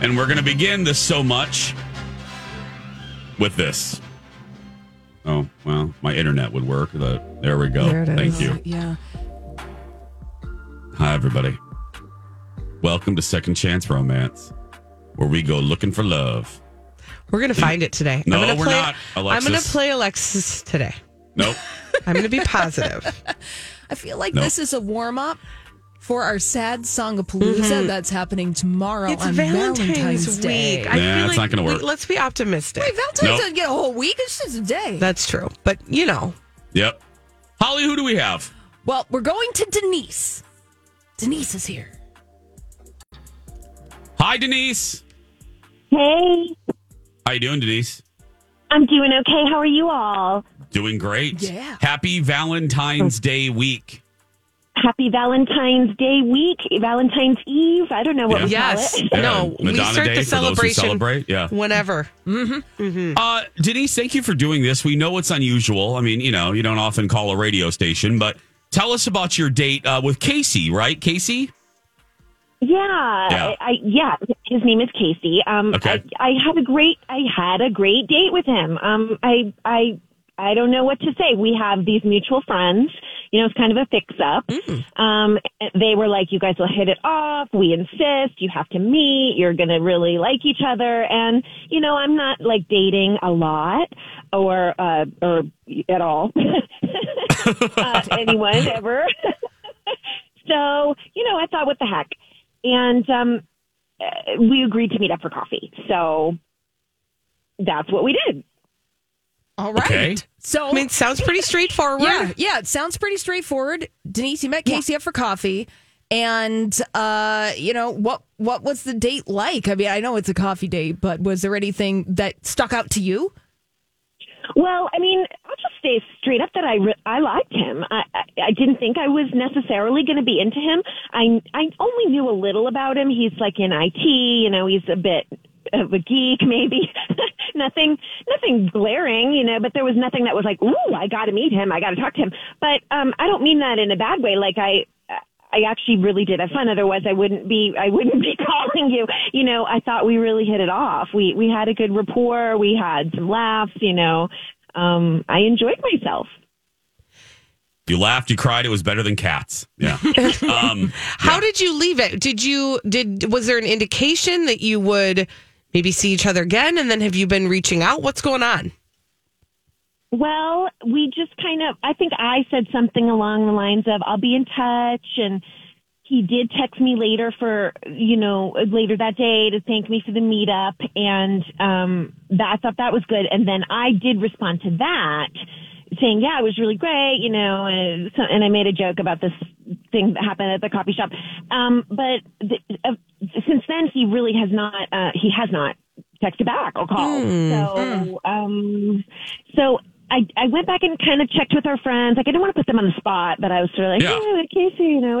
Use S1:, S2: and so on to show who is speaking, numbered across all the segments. S1: And we're going to begin this so much with this. Oh, well, my internet would work. The- There we go.
S2: There it
S1: Thank
S2: is.
S3: Uh,
S1: you.
S2: Yeah.
S1: Hi, everybody. Welcome to Second Chance Romance, where we go looking for love.
S2: We're going to find it today.
S1: No,
S2: I'm gonna
S1: we're
S2: play,
S1: not,
S2: I'm going to
S1: Alexis.
S2: play Alexis today.
S1: Nope.
S2: I'm going to be positive.
S3: I feel like
S1: No.
S3: this is a warm up for our sad Songapalooza that's happening tomorrow
S2: it's
S3: Oh, on
S2: Valentine's,
S3: Mm-hmm. Valentine's, Day.
S2: week.
S3: Wait,
S2: I
S1: Nah,
S2: feel
S1: it's
S2: like
S1: not gonna
S2: we-
S1: work.
S2: let's be optimistic.
S3: Valentine's
S1: Nope.
S3: doesn't get a whole week. It's just a day.
S2: That's true. But, you know,
S1: Yep. Holly, who do we have?
S3: well, we're going to Denise. Denise is here.
S1: Hi, Denise.
S4: Hey,
S1: How you doing, Denise?
S4: I'm doing okay. How are you all?
S1: Doing great.
S3: Yeah.
S1: Happy
S2: Oh.
S1: Valentine's Day week.
S4: Happy Valentine's Day week, Valentine's Eve. I don't know what we
S2: yes.
S4: call it.
S2: No, we
S1: Madonna
S2: start
S1: Day
S2: the
S1: for those who
S2: celebration
S1: celebrate. Yeah.
S2: whenever.
S1: Uh, Denise, thank you for doing this. We know it's unusual. I mean, you know, you don't often call a radio station, but tell us about your date uh, with Casey, right? Casey?
S4: Yeah,
S1: Yeah.
S4: I, I, yeah. His name is Casey. Um,
S1: Okay.
S4: I, I had a great, I had a great date with him. Um, I, I, I don't know what to say. We have these mutual friends. You know, it's kind of a fix up. Um, they were like, "You guys will hit it off. We insist. You have to meet. You're gonna really like each other." And you know, I'm not like dating a lot or uh, or at all. uh, anyone ever. so, you know, I thought, what the heck? And um, uh, we agreed to meet up for coffee. So that's what we did.
S3: All right.
S1: Okay.
S3: So
S2: I mean, it sounds pretty straightforward.
S3: yeah, yeah, it sounds pretty straightforward. Denise, you met Casey up for coffee. And uh, you know, what what was the date like? I mean, I know it's a coffee date, but was there anything that stuck out to you?
S4: Well, I mean, I'll just say straight up that I re- I liked him. I, I I didn't think I was necessarily going to be into him. I I only knew a little about him. He's like in IT, you know, he's a bit of a geek maybe. nothing nothing glaring, you know, but there was nothing that was like, "Ooh, I got to meet him. I got to talk to him." But um I don't mean that in a bad way. Like I I actually really did have fun. Otherwise, I wouldn't be I wouldn't be calling you. You know, I thought we really hit it off. We we had a good rapport. We had some laughs. You know, um, I enjoyed myself.
S1: You laughed, you cried. It was better than cats. Yeah. um,
S2: How did you leave it? Did you did was there an indication that you would maybe see each other again and then have you been reaching out? What's going on?
S4: Well, we just kind of. I think I said something along the lines of "I'll be in touch," and he did text me later for you know later that day to thank me for the meetup, and um, that, I thought that was good. And then I did respond to that, saying, "Yeah, it was really great," you know, and, so, and I made a joke about this thing that happened at the coffee shop. Um, but the, uh, since then, he really has not. Uh, he has not texted back or called. So, um, so. I, I went back and kind of checked with our friends. Like, I didn't want to put them on the spot, but I was sort of like,
S1: Yeah.
S4: "Yeah, like Casey, you know,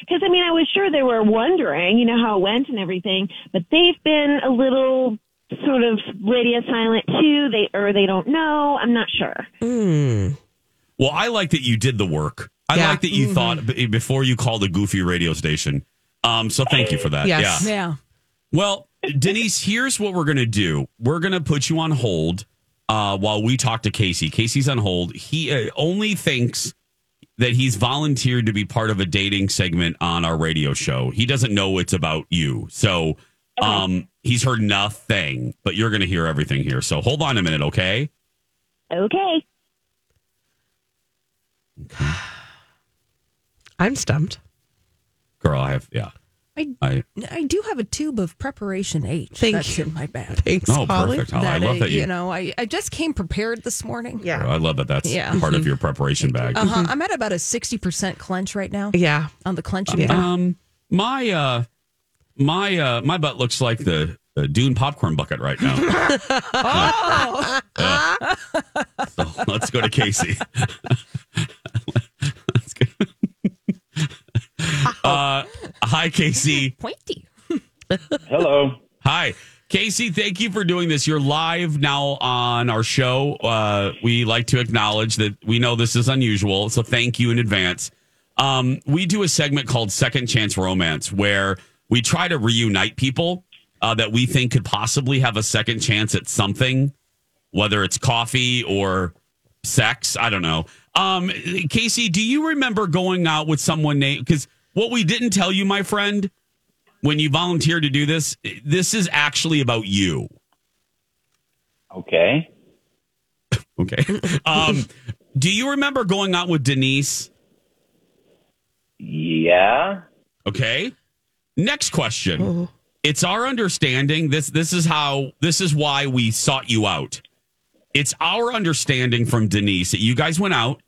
S4: because I mean, I was sure they were wondering, you know, how it went and everything, but they've been a little sort of radio silent too. They or they don't know. I'm not sure.
S1: Well, I like that you did the work. I
S2: Yeah.
S1: like that you thought b- before you called a goofy radio station. Um, so thank you for that.
S2: Yes.
S1: Yeah.
S3: Yeah.
S1: Well, Denise, here's what we're gonna do. We're gonna put you on hold uh, while we talk to Casey. Casey's on hold. He uh, only thinks that he's volunteered to be part of a dating segment on our radio show. He doesn't know it's about you, so um, he's heard nothing. But you're gonna hear everything here. So hold on a minute, okay?
S4: Okay.
S2: I'm stumped.
S1: Girl, I have yeah.
S3: I
S1: I
S3: I do have a tube of preparation H
S2: Thank
S3: that's
S2: you.
S3: in my bag.
S2: Thanks,
S1: oh
S2: Holly.
S1: perfect. Holly. I love that you
S3: know, I, I just came prepared this morning.
S2: Yeah. Mm-hmm.
S1: I love that. That's
S3: Yeah.
S1: part of your preparation bag.
S3: Uh-huh. I'm at about a 60% clench right now
S2: Yeah.
S3: on the clenching.
S2: Yeah.
S1: Um, my uh, my uh, my butt looks like the, the Dune popcorn bucket right now. Yeah. Yeah. So let's go to Casey. let's go. uh, hi, Casey.
S3: Pointy.
S5: Hello.
S1: Hi. Casey, thank you for doing this. You're live now on our show. Uh, we like to acknowledge that we know this is unusual, so thank you in advance. Um, we do a segment called Second Chance Romance where we try to reunite people uh, that we think could possibly have a second chance at something, whether it's coffee or sex. I don't know. Um, Casey, do you remember going out with someone named? Because what we didn't tell you, my friend, when you volunteered to do this, this is actually about you.
S5: Okay.
S1: Okay. Um, do you remember going out with Denise?
S5: Yeah.
S1: Okay. Next question. It's our understanding this this is how this is why we sought you out. It's our understanding from Denise that you guys went out.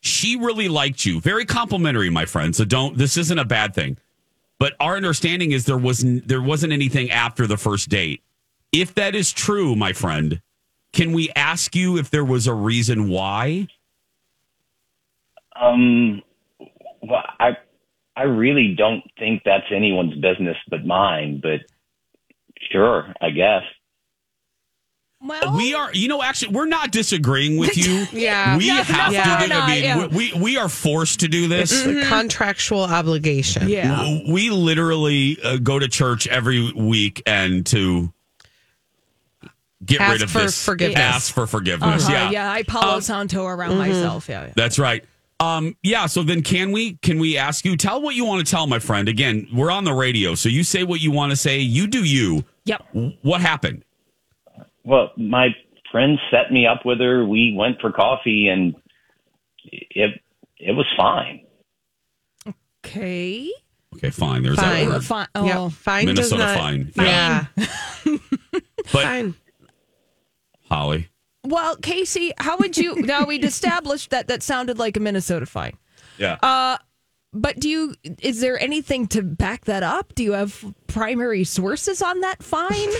S1: She really liked you. Very complimentary, my friend. So don't this isn't a bad thing. But our understanding is there wasn't there wasn't anything after the first date. If that is true, my friend, can we ask you if there was a reason why?
S5: Um. Well, I I really don't think that's anyone's business but mine. But sure, I guess.
S3: Well,
S1: We are, you know, actually, we're not disagreeing with you.
S2: Yeah.
S1: we
S3: Yeah,
S1: have
S3: no, we're
S1: to. Do,
S3: not,
S1: I mean,
S3: yeah.
S1: we, we we are forced to do this.
S2: It's a contractual obligation.
S3: yeah.
S1: W- We literally uh, go to church every week and to get
S2: Ask
S1: rid of
S2: for
S1: this.
S2: forgiveness.
S1: Ask for forgiveness.
S3: Uh-huh,
S1: yeah. Um,
S3: I Palo Santo
S2: Mm-hmm.
S3: around myself. Yeah, yeah.
S1: That's right. Um, yeah. So then, can we can we ask you? Tell what you want to tell, my friend. Again, we're on the radio, so you say what you want to say. You do you.
S3: Yep.
S1: W- What happened?
S5: Well, my friend set me up with her. We went for coffee, and it it was fine.
S3: Okay.
S1: Okay, fine. There's that
S2: Fine.
S3: Oh,
S1: word.
S3: fine. Oh,
S2: Yeah. Fine.
S1: Minnesota
S2: does not,
S1: fine.
S2: Yeah.
S1: But
S2: Fine.
S1: Holly,
S3: Well, Casey, how would you? now we'd established that that sounded like a Minnesota fine,
S1: yeah.
S3: but do you? Is there anything to back that up? Do you have primary sources on that fine?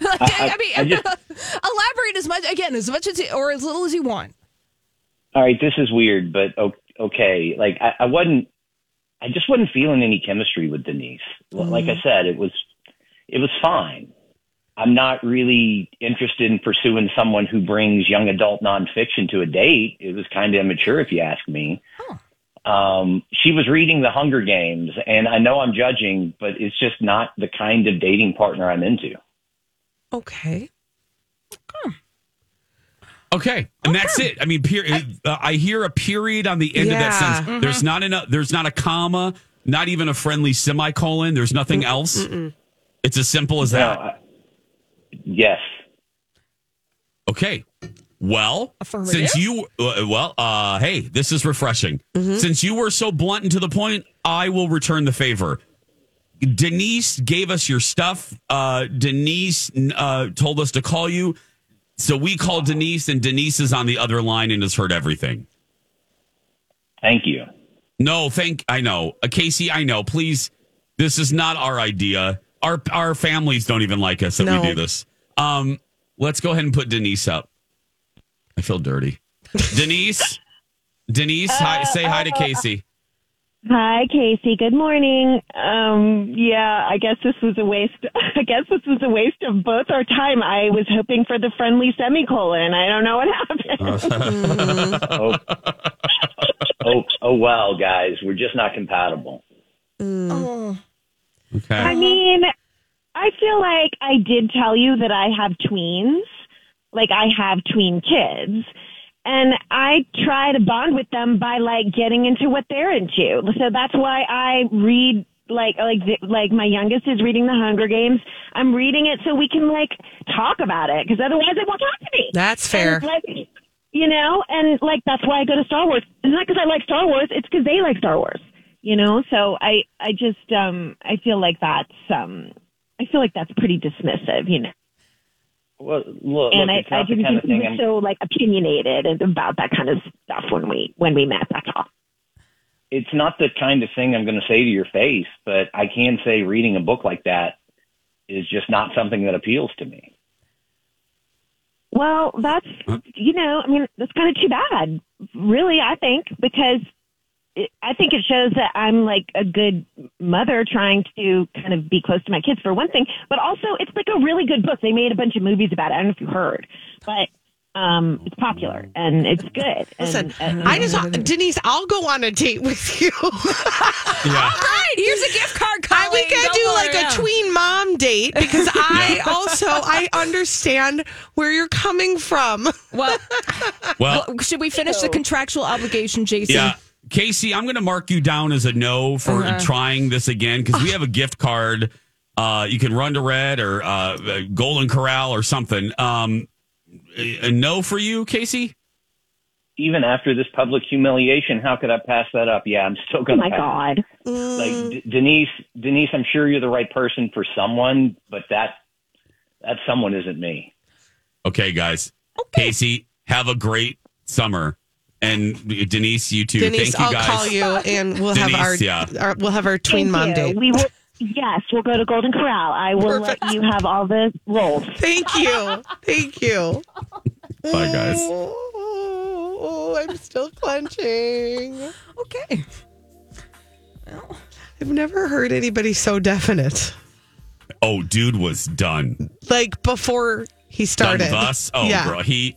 S3: Like, I, I mean,
S5: I just-
S3: elaborate as much again as much as you- or as little as you want.
S5: All right, this is weird, but o- okay. Like I, I wasn't. I just wasn't feeling any chemistry with Denise. L- Like I said, it was it was fine. I'm not really interested in pursuing someone who brings young adult nonfiction to a date. It was kind of immature, if you ask me. Um, she was reading The Hunger Games, and I know I'm judging, but it's just not the kind of dating partner I'm into.
S2: Okay.
S1: Okay, and that's it. I Mm-hmm. mean, per- uh, I hear a period on the end of that
S2: Yeah.
S1: sentence. There's not enough. There's not a comma. Not even a friendly semicolon. There's nothing else. It's as simple as
S5: No,
S1: that.
S5: I, yes,
S1: Okay. Well,
S3: Affirmative.
S1: since you uh, well, uh, hey, this is refreshing. Since you were so blunt and to the point, I will return the favor. Denise gave us your stuff. Uh, Denise uh, told us to call you, so we called Denise, and Denise is on the other line and has heard everything.
S5: thank you.
S1: No, thank. I know, uh, Casey. I know. Please, this is not our idea. Our our families don't even like us that
S2: No.
S1: we do this. Um, let's go ahead and put Denise up. I feel dirty. Denise, Denise, hi, say hi to Casey.
S4: Hi, Casey. Good morning. Um, yeah, I guess this was a waste. I guess this was a waste of both our time. I was hoping for the friendly semicolon. I don't know what happened.
S5: oh, oh, oh, well, guys, we're just not compatible.
S3: Oh,
S4: I
S1: Okay.
S4: mean, I feel like I did tell you that I have tweens. Like I have tween kids. And I try to bond with them by like getting into what they're into. So that's why I read like like the- like my youngest is reading The Hunger Games. I'm reading it so we can like talk about it because otherwise they won't talk to me.
S2: That's fair.
S4: And, like, you know, and like that's why I go to Star Wars. It's not because I like Star Wars; it's because they like Star Wars. You know, so I, I just, um, I feel like that's, um, I feel like that's pretty dismissive. You know,
S5: Well, look,
S4: and
S5: look, it's
S4: I, I
S5: not the
S4: didn't
S5: kind of
S4: think we
S5: thing.
S4: were
S5: I'm,
S4: so like opinionated and about that kind of stuff when we when we met. That's all.
S5: it's not the kind of thing I'm going to say to your face. But I can say, reading a book like that is just not something that appeals to me.
S4: Well, that's you know, I mean, that's kind of too bad, really. I think because it, I think it shows that I'm like a good mother trying to kind of be close to my kids for one thing, but also it's like a really good book. They made a bunch of movies about it. I don't know if you heard, but um, it's popular and it's good.
S2: Listen,
S4: and, uh, and-
S2: I just Denise, I'll go on a date with you.
S1: Yeah.
S3: right, Ah, here's a gift card. Colleen.
S2: we can
S3: Don't
S2: do
S3: blow
S2: like
S3: it
S2: a
S3: up.
S2: tween mom date because I also I understand where you're coming from.
S3: Well,
S1: Well,
S3: should we finish the contractual obligation, Jason?
S1: yeah. Casey, Uh-huh. I'm going to mark you down as a no for trying this again because we have a gift card. Uh, you can run to Red or uh, uh, Golden Corral or something. Um, a a no for you, Casey?
S5: Even after this public humiliation, how could I pass that up? Yeah, I'm still
S4: oh
S5: going
S4: my
S5: to pass.
S4: God.
S5: Like D- Denise, Denise, I'm sure you're the right person for someone, but that that someone isn't me.
S1: Okay, guys. Casey, have a great summer. And Denise, you too.
S2: Denise,
S1: Thank you
S2: I'll
S1: guys.
S2: call you and we'll have
S1: Denise, yeah.
S2: our, our we'll have our tween
S4: Thank
S2: mom
S4: you.
S2: date.
S4: We will, yes, we'll go to Golden Corral. I will let you have all the rolls.
S2: Thank you. Thank you.
S1: Bye, guys.
S2: Oh, I'm still clenching.
S3: Okay.
S2: I've never heard anybody so definite.
S1: Oh, dude was done.
S2: Like before he started.
S1: Done bus. Oh,
S2: yeah.
S1: bro. He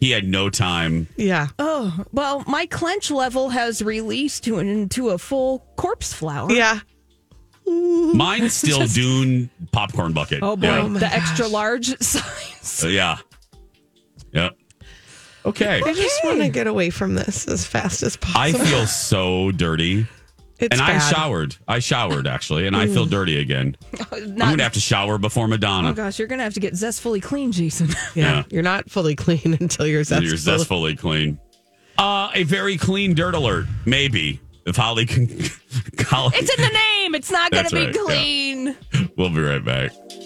S1: he had no time.
S2: Yeah.
S3: Oh well, my clench level has released to into a full corpse flower.
S2: Yeah.
S1: Mine's still Dune popcorn bucket.
S3: Oh boy,
S1: Yeah.
S3: the extra large size.
S1: Uh, yeah. Yep. Okay.
S2: I just want to get away from this as fast as possible.
S1: I feel so dirty.
S2: it's
S1: and I
S2: bad.
S1: showered. I showered actually, and I feel dirty again. I'm
S3: Not,
S1: gonna have to shower before Madonna.
S3: oh gosh, you're gonna have to get zestfully clean, Jason.
S2: Yeah.
S1: Yeah.
S2: You're not fully clean until you're zestful.
S1: You're zestfully clean. Uh, a very clean dirt alert, maybe. If Holly can, Holly,
S3: it's in the name. It's not gonna
S1: That's
S3: be
S1: right, yeah.
S3: clean.
S1: we'll be right back.